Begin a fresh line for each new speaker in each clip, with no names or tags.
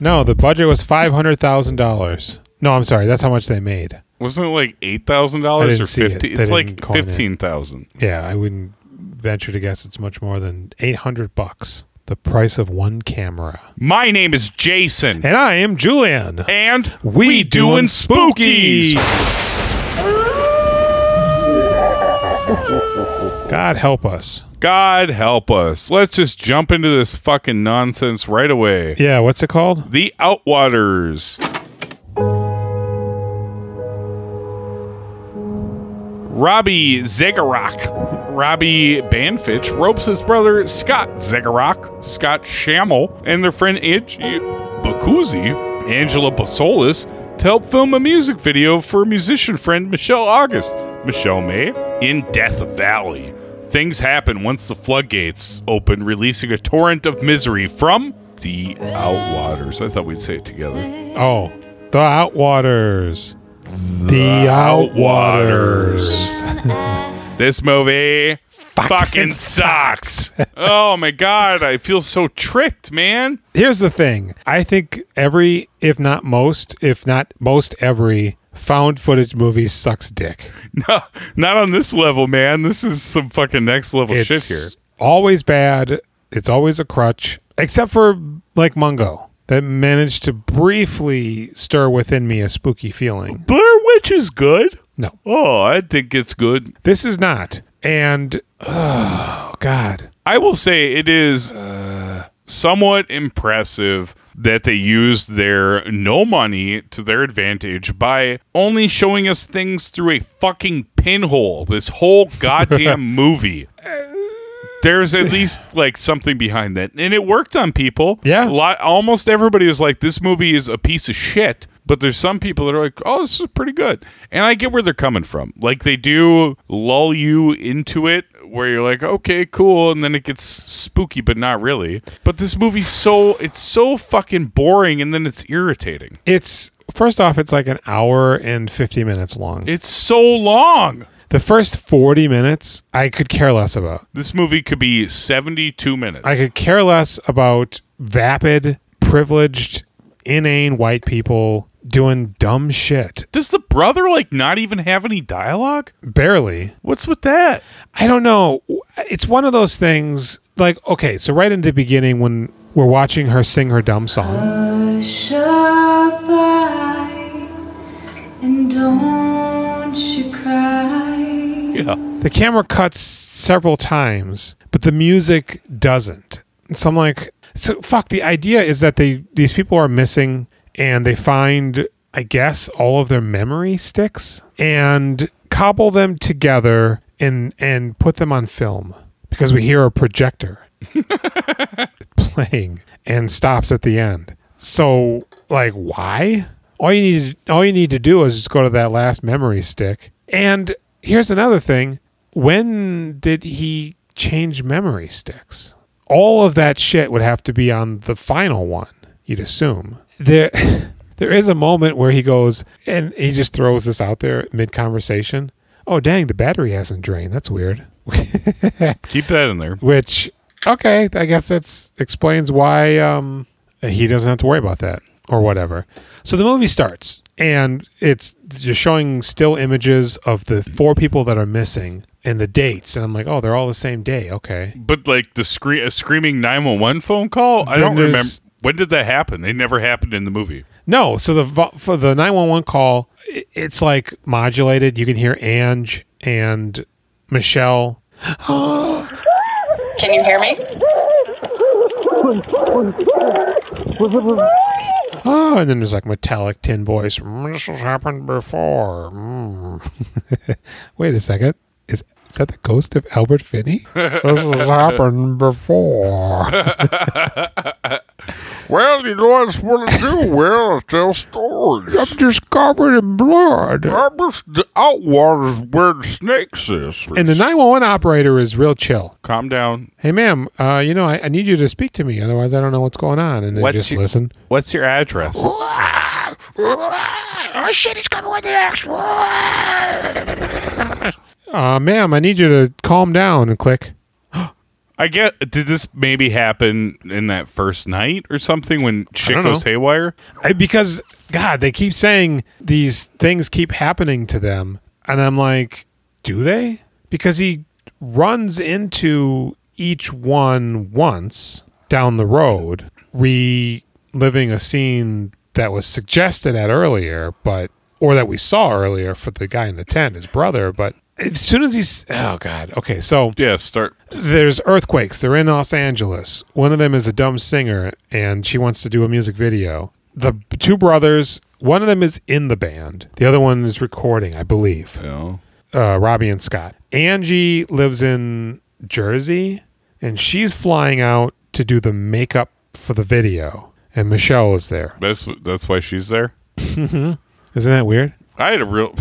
No, the budget was five hundred thousand dollars. No, I'm sorry. That's how much they made.
Wasn't it like eight thousand
I
dollars
didn't
or
see it.
fifty?
They
It's
didn't
like
coin it.
fifteen thousand.
Yeah, I wouldn't venture to guess it's much more than eight hundred bucks. The price of one camera.
My name is Jason,
And I am Julian.
and
We doing spookies. God help us.
God help us. Let's just jump into this fucking nonsense right away.
Yeah, what's it called?
The Outwaters. Robbie Zegarok. Robbie Banfitch ropes his brother Scott Zegarok, Scott Shamel, and their friend Angie Bacuzzi, Angela Basolis, to help film a music video for musician friend Michelle August, Michelle May, in Death Valley. Things happen once the floodgates open, releasing a torrent of misery from the Outwaters. I thought we'd say it together.
Oh, the Outwaters. The, Outwaters.
This movie fucking, sucks. oh my god, I feel so tricked, man.
Here's the thing. I think every, if not most, if not most every found footage movie sucks dick.
No, not on this level, man. This is some fucking next level
It's
shit here.
always bad. It's always a crutch, except for like Mungo that managed to briefly stir within me a spooky feeling.
Blair Witch is good.
No,
Oh, I think it's good.
this is not. And oh god,
I will say it is uh, somewhat impressive that they used their no money to their advantage by only showing us things through a fucking pinhole this whole goddamn movie. There's at least like something behind that. And it worked on people.
Yeah.
A lot almost everybody was like, this movie is a piece of shit. But there's some people that are like, oh, this is pretty good. And I get where they're coming from. Like they do lull you into it where you're like, okay, cool, and then it gets spooky, but not really. But this movie's so it's so fucking boring and then it's irritating.
it's first off, it's like an hour and fifty minutes long.
It's so long.
the first forty minutes, I could care less about.
This movie could be seventy two minutes.
I could care less about vapid, privileged, inane white people doing dumb shit.
Does the brother like not even have any dialogue?
Barely.
What's with that?
I don't know. It's one of those things like okay, so right in the beginning when we're watching her sing her dumb song,
Sharp eye, and don't you cry.
Yeah.
the camera cuts several times, but the music doesn't. So I'm like, so fuck, the idea is that they these people are missing and they find I guess all of their memory sticks and cobble them together and and put them on film because we hear a projector. playing and stops at the end. So like why? All you need all you need to do is just go to that last memory stick. And here's another thing. When did he change memory sticks? All of that shit would have to be on the final one, you'd assume. There there is a moment where he goes and he just throws this out there mid conversation. Oh dang, the battery hasn't drained. That's weird
Keep that in there.
which okay i guess that's explains why um he doesn't have to worry about that or whatever so the movie starts and it's just showing still images of the four people that are missing and the dates and i'm like oh they're all the same day okay
But like the scre- a screaming 911 phone call? I
Then
don't remember.
there's-
When did that happen? They never happened in the movie.
no so the vo- for the 911 call i- it's like modulated you can hear ange and michelle
Can you hear me?
Oh, and then there's like metallic tin voice. "Mm, This has happened before. Mm." Wait a second. Is, is that the ghost of Albert Finney? this has happened before.
Well, you know, I just want to do well. Tell stories.
I'm just covered in blood.
Robert's the outwaters where the snakes is.
And the 911 operator is real chill.
Calm down.
Hey, ma'am, uh, you know, I, I need you to speak to me. Otherwise, I don't know what's going on. And they
What's
just
your-
listen.
What's your address?
Oh, shit, he's coming with the axe. Uh, ma'am, I need you to calm down and click.
I I get. Did this maybe happen in that first night or something when shit
don't know.
goes haywire?
I- because God, they keep saying these things keep happening to them, and I'm like, do they? Because he runs into each one once down the road, reliving a scene that was suggested at earlier, but or that we saw earlier for the guy in the tent, his brother. But as soon as he's, oh God, okay, so
Yeah. Start.
there's earthquakes. They're in Los Angeles. One of them is a dumb singer, and she wants to do a music video. The b- two brothers, one of them is in the band, the other one is recording, I believe.
You know.
Uh, Robbie and Scott. Angie lives in Jersey, and she's flying out to do the makeup for the video. And Michelle is there.
That's that's why she's there.
Isn't that weird?
I had a real.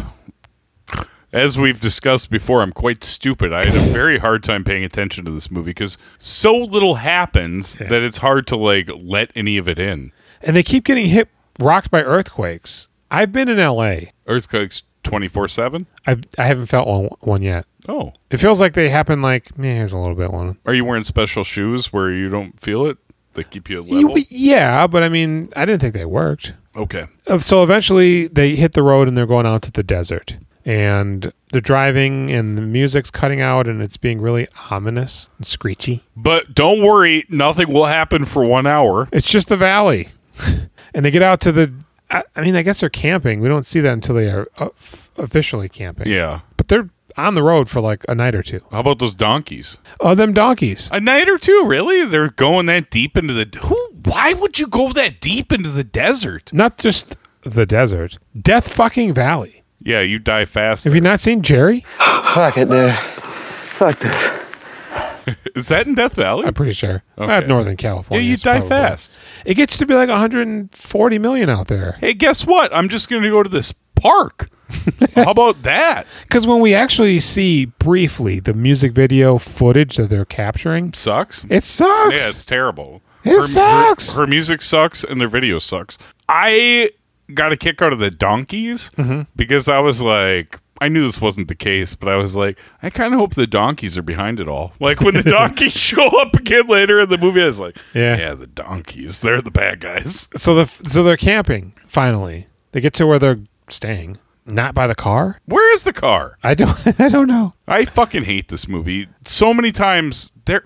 As we've discussed before, I'm quite stupid. I had a very hard time paying attention to this movie because so little happens that it's hard to like let any of it in.
And they keep getting hit, rocked by earthquakes. I've been in LA.
Earthquakes twenty four seven.
I've, I haven't felt one, one yet.
Oh,
It feels like they happen like, man, here's a little bit one.
are you wearing special shoes where you don't feel it? They keep you
You-
level.
yeah, but I mean, I didn't think they worked.
Okay.
Uh, So eventually they hit the road and they're going out to the desert. And they're driving and the music's cutting out and it's being really ominous and screechy.
But don't worry, nothing will happen for one hour.
It's just the valley. and they get out to the. I, I mean, I guess they're camping. We don't see that until they are uh, f- officially camping.
Yeah.
But they're on the road for like a night or two.
How about those donkeys?
Oh, them donkeys.
A night or two, really? They're going that deep into the who? Why would you go that deep into the desert?
Not just the desert, Death fucking Valley.
Yeah, you die fast.
Have you not seen Jerry?
Fuck it, dude. Fuck this.
Is that in Death Valley?
I'm pretty sure.
Okay.
Uh, Northern California.
yeah, you
is
die
probably-
fast.
It gets to be like 140 million out there.
Hey, guess what? I'm just going to go to this park. How about that?
Because when we actually see briefly the music video footage that they're capturing,
Sucks.
it
Yeah, it's
sucks.
terrible.
It sucks.
Her, music sucks and their video sucks. I got a kick out of the donkeys
Mm-hmm.
because I was like, I knew this wasn't the case, but I was like, I kind of hope the donkeys are behind it all. Like when the donkeys show up again later in the movie, I was like,
Yeah.
yeah the donkeys, they're the bad guys.
so the so they're camping. Finally, they get to where they're staying, not by the car.
Where is the car?
I don't. I don't know.
I fucking hate this movie so many times. There,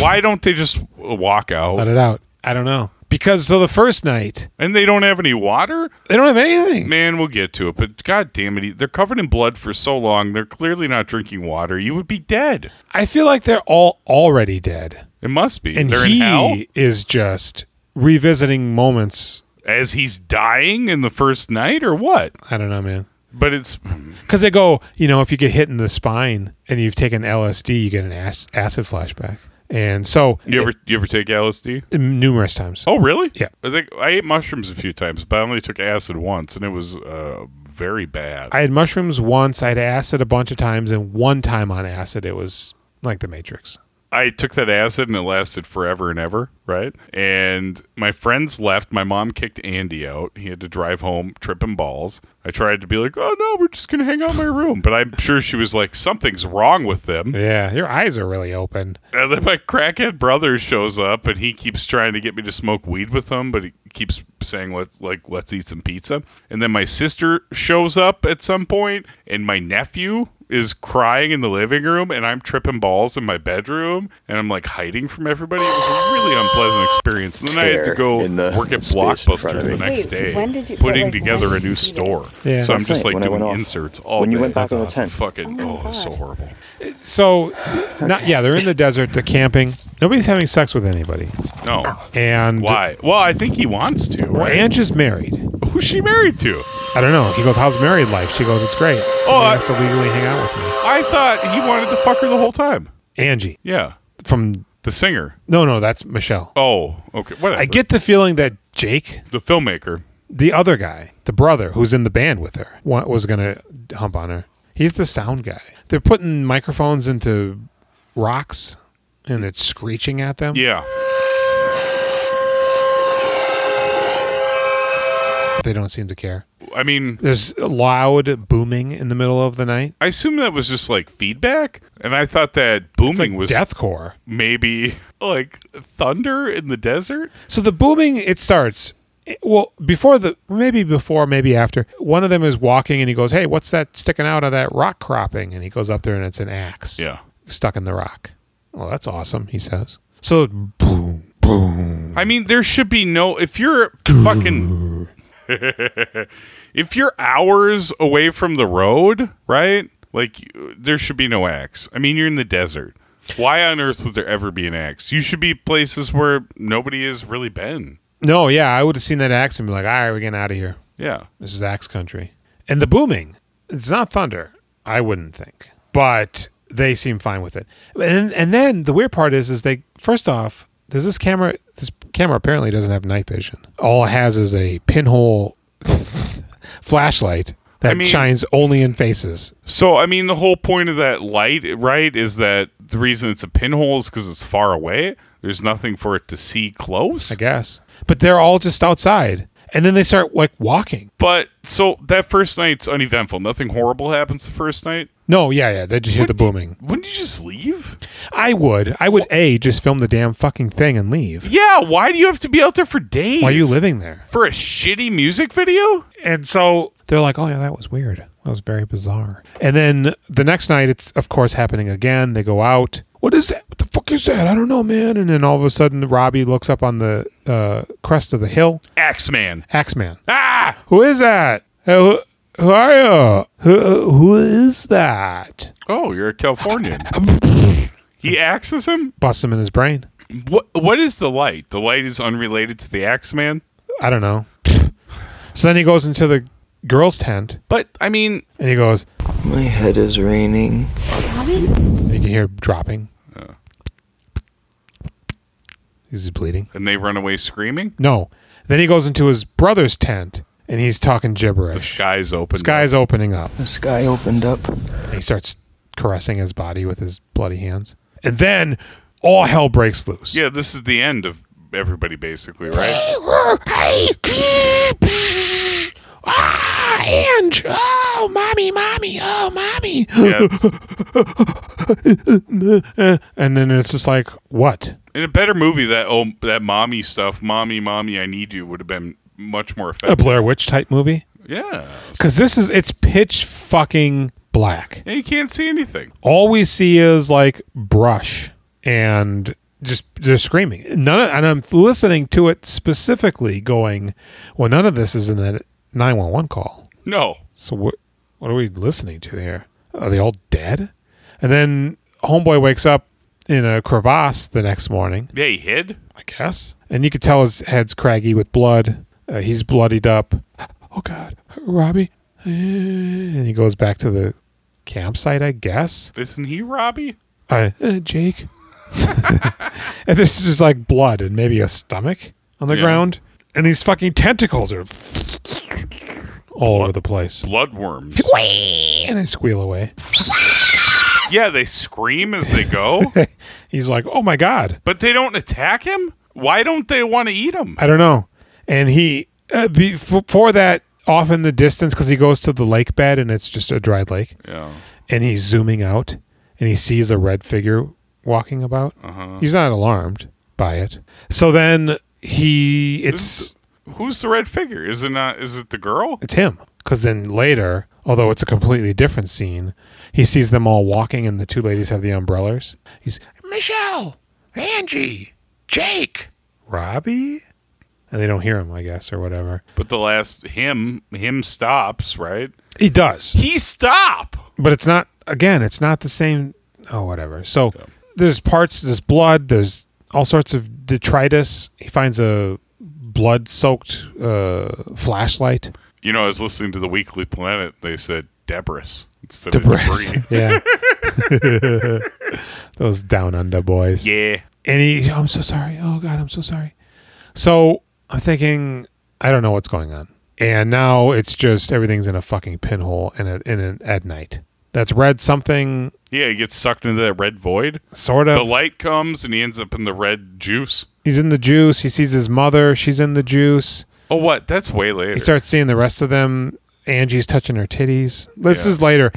why don't they just walk
Let
out?
it out. I don't know because so the first night
And they don't have any water.
they don't have anything.
Man, we'll get to it, but god damn it, they're covered in blood for so long. They're clearly not drinking water. You would be dead.
I feel like they're all already dead,
It must be.
and
they're
he
in hell
is just revisiting moments.
as he's dying in the first night, or what?
I don't know, man.
But it's
Because they go, you know, if you get hit in the spine and you've taken LSD, you get an ac- acid flashback. And so,
you ever you ever take LSD?
numerous times.
Oh, really?
Yeah.
I think I ate mushrooms a few times, but I only took acid once, and it was uh, very bad.
I had mushrooms once, I had acid a bunch of times, and one time on acid, it was like the Matrix.
I took that acid and it lasted forever and ever, right? And my friends left. My mom kicked Andy out. He had to drive home, tripping balls. I tried to be like, oh no, we're just going to hang out in my room. But I'm sure she was like, something's wrong with them.
Yeah, your eyes are really open.
And then my crackhead brother shows up and he keeps trying to get me to smoke weed with him, but he keeps saying let like let's eat some pizza. And then my sister shows up at some point and my nephew is crying in the living room and I'm tripping balls in my bedroom and I'm like hiding from everybody. It was a really unpleasant experience. And then I had to
Tear
go
in the
work at
space in front
Blockbuster
of me.
the next
Wait,
day,
when did you-
putting
like,
together
when
a
did
new
you see
store.
this?
Yeah.
So I'm
Last
just like
night when I
doing
went off.
inserts all
When you
day.
went back on the tent.
Fucking oh, it's so horrible.
So, now, yeah, they're in the desert, they're camping. Nobody's having sex with anybody.
No.
And
Why? Well, I think he wants to.
Well,
Right?
Ange is married.
Who's she married to?
I don't know. He goes, How's married life? She goes, It's great. Somebody
Oh, I-
has to legally hang out with me.
I thought he wanted to fuck her the whole time.
Angie
Yeah.
from,
The singer.
no, no, that's Michelle.
Oh, okay. Whatever.
I get the feeling that Jake
the filmmaker.
the other guy, the brother who's in the band with her, wa- was going to hump on her. He's the sound guy. They're putting microphones into rocks and it's screeching at them.
Yeah.
They don't seem to care.
I mean,
There's loud booming in the middle of the night.
I assume that was just like feedback, and I thought that booming
It's like
was
deathcore.
maybe like thunder in the desert.
So the booming it starts it- well before the maybe before maybe after one of them is walking and he goes hey what's that sticking out of that rock cropping and he goes up there and it's an axe
Yeah.
stuck in the rock well that's awesome he says so boom boom
I mean, there should be no if you're fucking if you're hours away from the road, right? Like you- there should be no axe. I mean, you're in the desert. Why on earth would there ever be an axe? You should be places where nobody has really been.
no yeah I would have seen that axe and be like all right we're getting out of here
Yeah.
this is axe country and the booming it's not thunder I wouldn't think but they seem fine with it and and then the weird part is is they first off there's this camera this camera apparently doesn't have night vision all it has is a pinhole flashlight that
mean-
shines only in faces
So I mean, the whole point of that light, right, is that the reason it's a pinhole is because it's far away. There's nothing for it to see close.
I guess but they're all just outside and then they start like walking
But so that first night's uneventful. Nothing horrible happens the first night.
no yeah yeah they just hear the booming
Wouldn't you just leave?
I would I would a just film the damn fucking thing and leave
Yeah, why do you have to be out there for days?
why are you living there
For a shitty music video?
And so they're like, oh, yeah, that was weird. That was very bizarre. And then the next night, it's, of course, happening again. They go out. What is that? What the fuck is that? I don't know, man. And then all of a sudden, Robbie looks up on the uh, crest of the hill.
Axeman.
Axeman.
Ah!
Who is that? Uh, who, who are you? Who, who is that?
Oh, you're a Californian. he axes him?
Busts him in his brain.
What what is the light? The light is unrelated to the Axeman?
I don't know. So then he goes into the girl's tent
But I mean,
and he goes,
My head is raining.
and you can hear dropping. He's bleeding.
and they run away screaming?
No. Then he goes into his brother's tent and he's talking
The
gibberish.
sky's open.
The sky's opening up.
The sky opened up.
And he starts caressing his body with his bloody hands. And then all hell breaks loose.
Yeah, this is the end of everybody basically, right?
Ah, Ange! Oh, mommy, mommy! Oh, mommy!
Yeah, it's-
And then it's just like, what?
in a better movie that oh that mommy stuff, mommy, mommy, I need you would have been much more
A
effective.
Blair Witch type movie?
Yeah.
Because this is, it's pitch fucking black.
And you can't see anything.
all we see is like brush and just they're screaming. None of, and I'm listening to it specifically, going, "Well, none of this is in that 911 call.
No.
So what? What are we listening to here? Are they all dead?" And then homeboy wakes up in a crevasse the next morning,
Yeah, he hid.
I guess, and you could tell his head's craggy with blood. Uh, he's bloodied up. Oh God, Robbie! And he goes back to the campsite, I guess.
Isn't he Robbie?
uh, uh, Jake. and this is just like blood and maybe a stomach on the
Yeah.
ground. And these fucking tentacles are all over the place.
Bloodworms.
And they squeal away.
Yeah, they scream as they go,
He's like, oh my God.
but they don't attack him. Why don't they want to eat him?
I don't know. And he, uh, be- before that, off in the distance, because he goes to the lake bed and it's just a dried lake.
Yeah.
and he's zooming out and he sees a red figure walking about. He's not alarmed by it. So then he it's
Who's the red figure? Is it not? Is it the girl?
it's him because then later, although it's a completely different scene, he sees them all walking and the two ladies have the umbrellas. He's Michelle, Angie, Jake, Robbie, and they don't hear him, I guess, or whatever.
But the last him him stops right.
He does,
He stop.
but it's not. Again, it's not the same. Oh, whatever. So there's parts. There's blood. There's all sorts of detritus. He finds a blood-soaked uh, flashlight.
You know, I was listening to the Weekly Planet. They said debris instead
Debris.
of
yeah. Those down under boys.
debris. Yeah.
And he, I'm so sorry. Oh God, I'm so sorry. So I'm thinking, I don't know what's going on. And now it's just everything's in a fucking pinhole and a, in an at night. That's red something
Yeah, he gets sucked into that red void.
sort of.
The light comes and he ends up in the red juice.
he's in the juice. He sees his mother. She's in the juice.
Oh, what? That's way later.
He starts seeing the rest of them. Angie's touching her titties. This
Yeah.
is later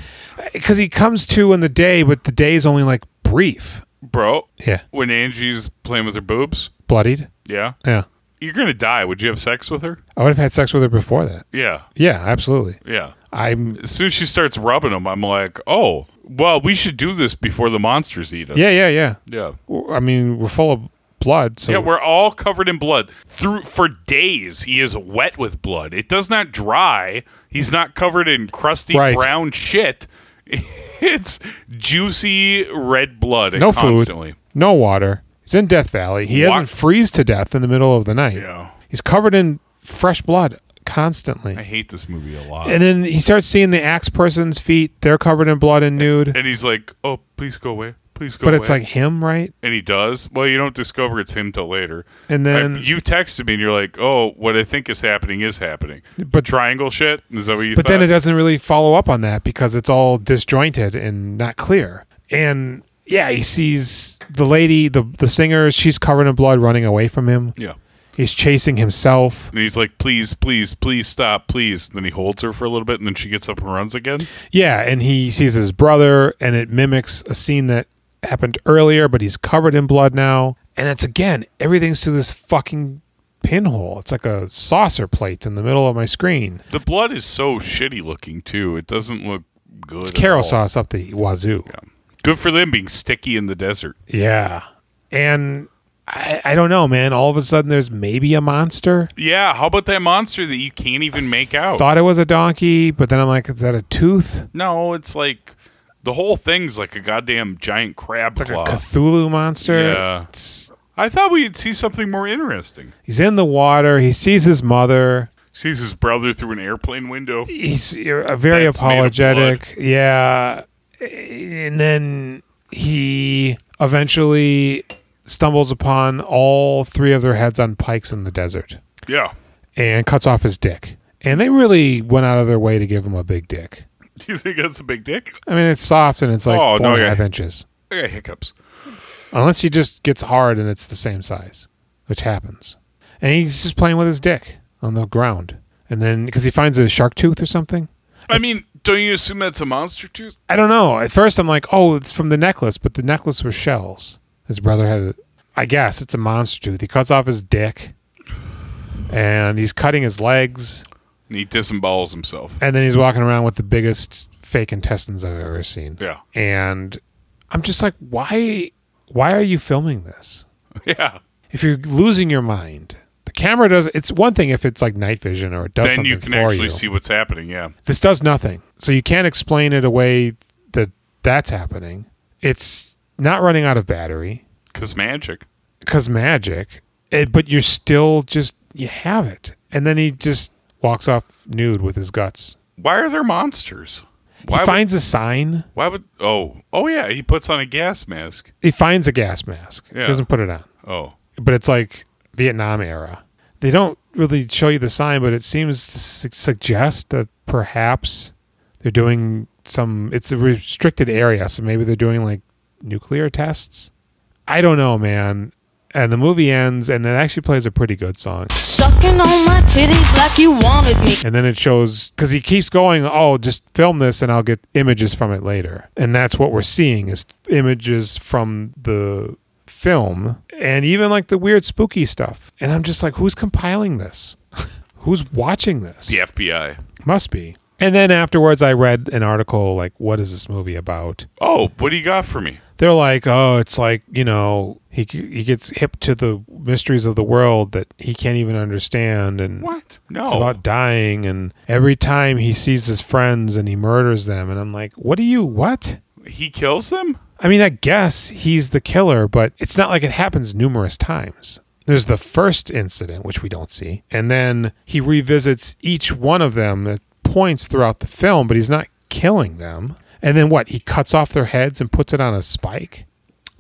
because he comes to in the day, but the day is only like brief.
Bro,
Yeah,
when Angie's playing with her boobs,
bloodied.
yeah,
Yeah,
you're going to die. Would you have sex with her?
I would have had sex with her before that.
Yeah,
Yeah, absolutely.
yeah.
I'm.
As soon as she starts rubbing them, I'm like, oh, well, we should do this before the monsters eat us.
Yeah, yeah, yeah.
Yeah.
W- I mean, we're full of blood. So
Yeah, we're all covered in blood. Through for days, he is wet with blood. It does not dry. He's not covered in crusty
Right.
brown shit. It's juicy red blood
no
constantly.
food, no water. He's in Death Valley. He
Wa-
doesn't freeze to death in the middle of the night.
Yeah.
He's covered in fresh blood constantly.
I hate this movie a lot.
and then he starts seeing the axe person's feet. They're covered in blood and nude.
And he's like, "Oh, please go away, please go
but
away."
it's like him, right?
and he does. Well, you don't discover it's him till later.
And then-
I- you texted me, and you're like, "Oh, what I think is happening is happening."
But-
triangle shit is that what you?
But then
thought?
it doesn't really follow up on that because it's all disjointed and not clear. And yeah, he sees the lady, the the singer. She's covered in blood, running away from him.
Yeah.
He's chasing himself.
And he's like, please, please, please stop, please. And then he holds her for a little bit, and then she gets up and runs again.
Yeah, and he sees his brother, and it mimics a scene that happened earlier, but he's covered in blood now. And it's again, everything's through this fucking pinhole. It's like a saucer plate in the middle of my screen.
The blood is so shitty looking too. It doesn't look good.
It's
at
Carol
all.
sauce up the wazoo.
Good for them being sticky in the desert.
Yeah. And I, I don't know, man. All of a sudden, there's maybe a monster.
Yeah, how about that monster that you can't even make out?
Thought it was a donkey, but then I'm like, is that a tooth?
no, it's like the whole thing's like a goddamn giant crab
Like
claw.
a Cthulhu monster?
Uh. Yeah.
It's-
I thought we'd see something more interesting.
he's in the water. He sees his mother.
Sees his brother through an airplane window.
He's uh, very
That's made of
apologetic. Yeah. And then he eventually stumbles upon all three of their heads on pikes in the desert
Yeah,
and cuts off his dick. And they really went out of their way to give him a big dick.
do you think that's a big dick?
I mean, it's soft and it's like four
Oh,
and a half
no, yeah.
inches.
I got hiccups.
Unless he just gets hard and it's the same size, which happens. And he's just playing with his dick on the ground. And then, because he finds a shark tooth or something.
I mean, don't you assume that's a monster tooth?
I don't know. At first, I'm like, oh, it's from the necklace, but the necklace was shells. His brother had a, I guess it's a monster tooth. He cuts off his dick and he's cutting his legs.
And he disembowels himself.
And then he's walking around with the biggest fake intestines I've ever seen.
Yeah.
And I'm just like, why, why are you filming this?
Yeah.
if you're losing your mind, the camera does. It's one thing if it's like night vision or it does
Then
something
you can
for
actually
you.
see what's happening. Yeah.
this does nothing, so you can't explain it away that that's happening. It's not running out of battery
Because magic.
because magic, it, but you're still just you have it, and then he just walks off nude with his guts.
Why are there monsters? Why
he finds a sign.
would, why would oh oh yeah, he puts on a gas mask.
He finds a gas mask.
Yeah.
He doesn't put it on.
Oh.
but it's like Vietnam era. They don't really show you the sign, but it seems to su- suggest that perhaps they're doing some. It's a restricted area, so maybe they're doing like nuclear tests. I don't know, man. And the movie ends, and it actually plays a pretty good song.
Sucking on my titties like you wanted me.
And then it shows because he keeps going. Oh, just film this, and I'll get images from it later. And that's what we're seeing is images from the film, and even like the weird spooky stuff. And I'm just like, who's compiling this? who's watching this?
The FBI.
must be. And then afterwards, I read an article like, what is this movie about?
Oh, what do you got for me?
they're like, oh, it's like you know, he he gets hip to the mysteries of the world that he can't even understand, and
What? No.
it's about dying, and every time he sees his friends and he murders them, and I'm like, what do you what?
He kills them?
I mean, I guess he's the killer, but it's not like it happens numerous times. There's the first incident, which we don't see, and then he revisits each one of them at points throughout the film, but he's not killing them. And then what? He cuts off their heads and puts it on a spike?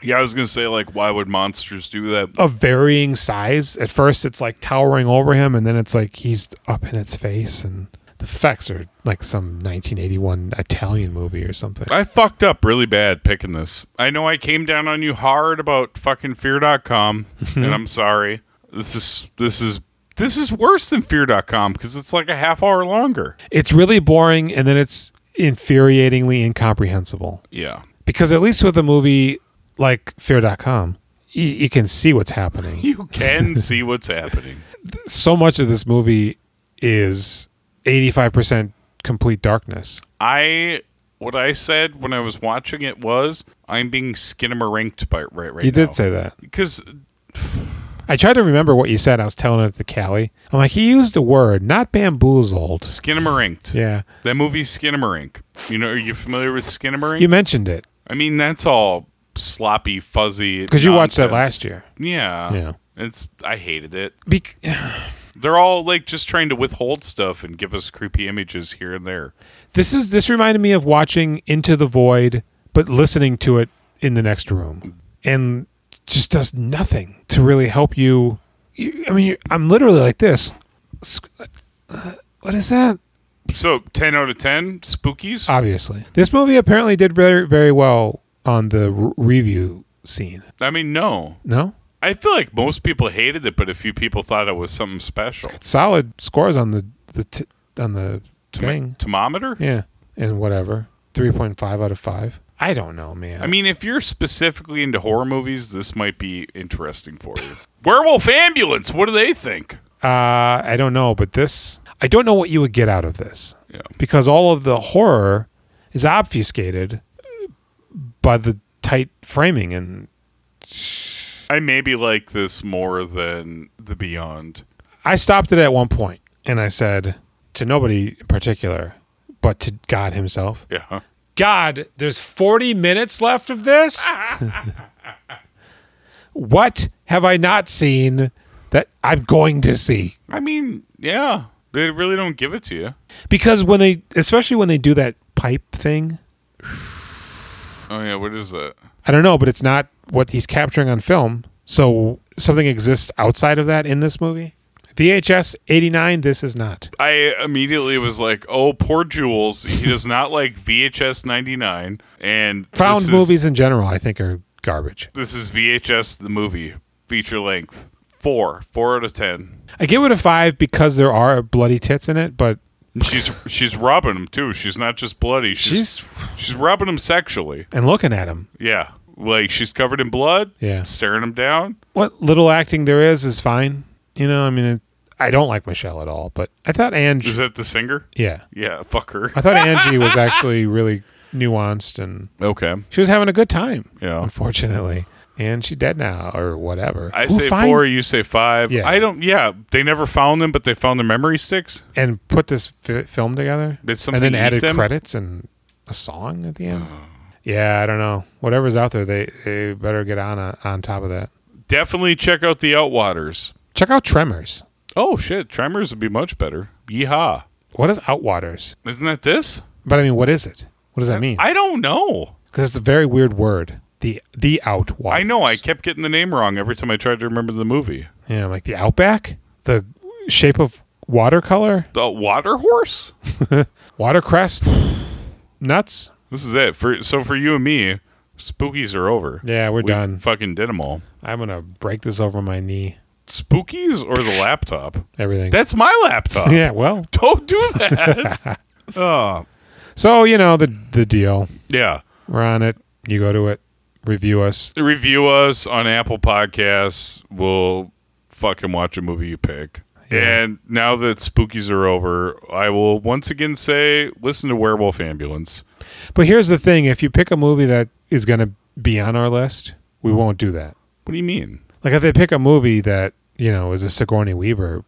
Yeah, I was gonna say like why would monsters do that?
of varying size. At first, it's like towering over him, and then it's like he's up in its face, and the effects are like some 1981 Italian movie or something.
I fucked up really bad picking this. I know I came down on
Mm-hmm.
you hard about fucking fear.com and I'm sorry. This is this is This is worse than fear.com because it's like a half hour longer.
It's really boring and then it's infuriatingly incomprehensible.
Yeah.
Because at least with a movie like fear.com, you, you can see what's happening.
You can see what's happening.
So much of this movie is 85% complete darkness.
I what I said when I was watching it was I'm being skinnamarinked by right right
You did say that.
because
I tried to remember what you said. I was telling it to Callie. I'm like, he used a word, not bamboozled.
skinnamarinked.
Yeah.
That movie's Skinnamarink. You know, are you familiar with Skinnamarink?
You mentioned it
I mean, that's all sloppy, fuzzy.
because you watched that
nonsense.
last year.
Yeah.
Yeah.
It's I hated it.
Bec-
They're all like just trying to withhold stuff and give us creepy images here and there.
this is this reminded me of watching Into the Void, but listening to it in the next room, and just does nothing to really help you. you I mean, you I'm literally like this. Sc- uh, What is that?
So ten out of ten, spookies.
Obviously, this movie apparently did very very well on the re- review scene.
I mean, no.
No,
I feel like most people hated it, but a few people thought it was something special.
solid scores on the the t- on the thing.
Thermometer.
Yeah, and whatever. Three point five out of five. I don't know, man.
I mean, if you're specifically into horror movies, this might be interesting for you. Werewolf ambulance. What do they think?
Uh, I don't know, but this, I don't know what you would get out of this
Yeah.
because all of the horror is obfuscated by the tight framing and
I maybe like this more than the Beyond.
I stopped it at one point and I said to nobody in particular, but to God himself,
Yeah.
God, there's 40 minutes left of this? what have I not seen that I'm going to see?
I mean, yeah. They really don't give it to you.
Because when they, especially when they do that pipe thing,
Oh yeah, what is that?
I don't know, but it's not what he's capturing on film. So something exists outside of that in this movie. VHS 89, this is not.
I immediately was like, "Oh, poor Jules. He does not like VHS 99." And
Found
this is-
movies in general, I think, are garbage.
This is VHS the movie feature length. 4, 4 out of 10.
I give it a five because there are bloody tits in it, but
And She's she's robbing him too. She's not just bloody. She's
she's
she's, robbing him sexually.
and looking at him.
Yeah. Like she's covered in blood.
Yeah.
Staring him down.
What little acting there is is fine. You know, I mean, it, I don't like Michelle at all, but I thought
Is
Angie,
that the singer?
yeah,
Yeah, fuck her.
I thought Angie was actually really nuanced and
Okay.
she was having a good time.
Yeah.
unfortunately, and she's dead now or whatever.
I
Who
say
finds-
four, you say five.
Yeah.
I don't. Yeah, they never found them, but they found their memory sticks.
and put this fi- film together
Did
and
something
then
eat
added
them? Oh.
credits and a song at the end yeah i don't know whatever's out there they, they better get on uh, on top of that
Definitely check out the Outwaters.
check out tremors
Oh shit, Tremors would be much better. Yeehaw!
what is outwaters
Isn't that this?
but i mean what is it what does that mean
I don't know.
because it's a very weird word the the outwaters
I know. I kept getting the name wrong every time I tried to remember the movie.
yeah like the outback the shape of watercolor
The Water Horse.
watercress nuts
This is it. For so for you and me, spookies are over.
yeah we're
We
done
Fucking did them all.
i'm gonna break this over my knee
Spookies or the laptop?
everything
That's my laptop.
yeah well
Don't do that. oh
so you know the the deal
yeah.
We're on it. You go to it. Review us.
review us on Apple Podcasts. We'll fucking watch a movie you pick.
Yeah.
And now that spookies are over, I will once again say listen to Werewolf Ambulance.
But here's the thing: if you pick a movie that is going to be on our list, we won't do that.
What do you mean?
Like if they pick a movie that you know is a Sigourney Weaver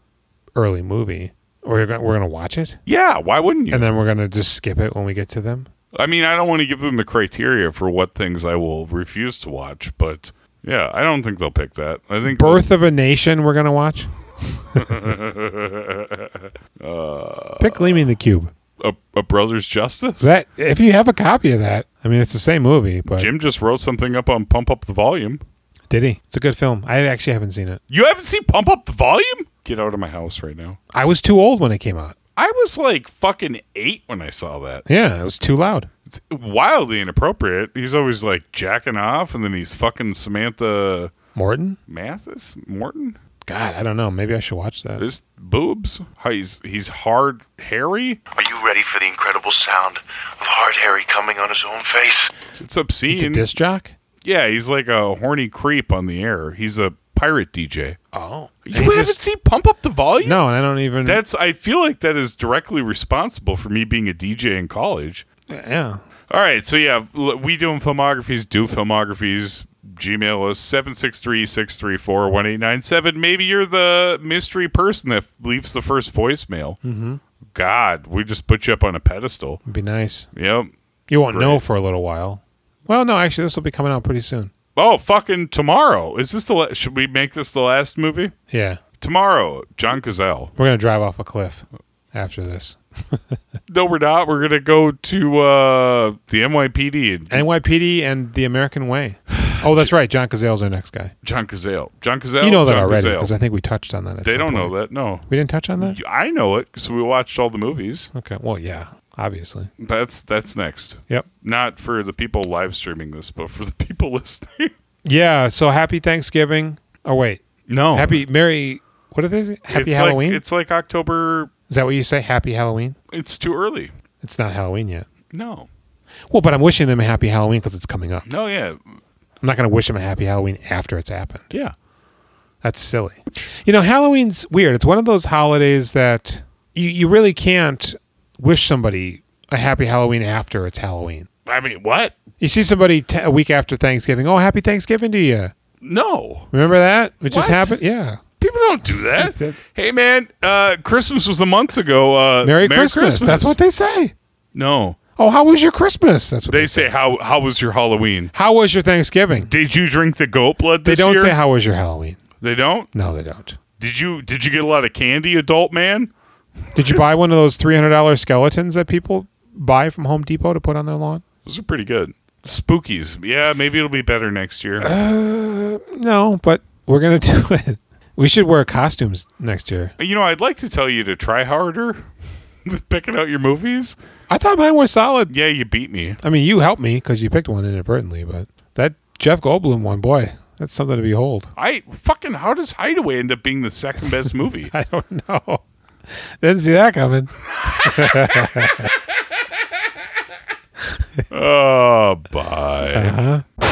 early movie, we're gonna, we're going to watch it,
Yeah, why wouldn't you?
and then we're going to just skip it when we get to them.
I mean, I don't want to give them the criteria for what things I will refuse to watch, but yeah, I don't think they'll pick that. I think
Birth of a Nation, we're going to watch. pick Leaving the Cube.
a, a Brothers Justice.
That if you have a copy of that, I mean it's the same movie, but
Jim just wrote something up on Pump Up the Volume.
did he? It's a good film. I actually haven't seen it.
You haven't seen Pump Up the Volume? Get out of my house right now.
I was too old when it came out.
I was like fucking eight when I saw that.
Yeah, it was too loud.
It's wildly inappropriate. He's always like jacking off, and then he's fucking Samantha
Morton.
Mathis Morton.
God, I don't know. Maybe I should watch that.
His boobs. How he's he's hard, hairy.
Are you ready for the incredible sound of Hard Harry coming on his own face?
It's
It's a
obscene.
disc jock.
yeah, he's like a horny creep on the air. He's a pirate DJ.
Oh,
You haven't seen Pump Up the Volume?
No, and I don't even.
That's I feel like that is directly responsible for me being a DJ in college.
yeah.
All right, so yeah, l- we doing filmographies, do filmographies. Gmail is 763 634 1897. Maybe you're the mystery person that leaves the first voicemail. Mm-hmm. God, we just put you up on a pedestal.
It'd be nice.
Yep.
You won't know for a little while. Well, no, actually, this will be coming out pretty soon.
Oh, fucking tomorrow. Is this the la- should we make this the last movie?
Yeah,
Tomorrow, John Cazale.
we're gonna drive off a cliff after this.
No, we're not. We're going to go to uh, the NYPD and
NYPD and the American Way. Oh, that's right. John Cazale's our next guy.
John Cazale. John Cazale.
You know that
Oh, John
already
Cazale.
because I think we touched on that. At
They
some
don't
point.
know that. No.
We didn't touch on that.
I know it because we watched all the movies.
Okay. Well, yeah, obviously.
That's that's next.
Yep.
Not for the people live streaming this, but for the people listening.
Yeah. So happy Thanksgiving. Oh wait,
No.
happy Merry. What are they? Happy
it's
Halloween.
Like, it's like October.
Is that what you say? Happy Halloween.
It's too early.
It's not Halloween yet.
No.
Well, but I'm wishing them a happy Halloween because it's coming up.
No. Yeah.
I'm not going to wish them a happy Halloween after it's happened.
Yeah.
That's silly. You know, Halloween's weird. It's one of those holidays that you, you really can't wish somebody a happy Halloween after it's Halloween.
I mean, what?
You see somebody t- a week after Thanksgiving, oh, happy Thanksgiving to you.
No.
Remember that? It just
What?
happened? Yeah.
People don't do that. hey, man. Uh, Christmas was a month ago. Uh,
Merry, Christmas. That's what they say.
No.
Oh, how was your Christmas? That's what they,
They say how how was your Halloween?
How was your Thanksgiving?
Did you drink the goat blood
They
this
don't
year?
say how was your Halloween.
they don't.
No, they don't.
Did you did you get a lot of candy, adult man?
Did you buy one of those $300 skeletons that people buy from Home Depot to put on their lawn?
Those are pretty good. Spookies. Yeah, maybe it'll be better next year.
No, but we're gonna do it. We should wear costumes next year.
you know, I'd like to tell you to try harder with picking out your movies.
I thought mine were solid.
Yeah, you beat me.
I mean, you helped me because you picked one inadvertently, but that Jeff Goldblum one, boy, that's something to behold.
I fucking how does Hideaway end up being the second best movie?
I don't know. Didn't see that coming.
oh, bye. Oh,
Uh-huh.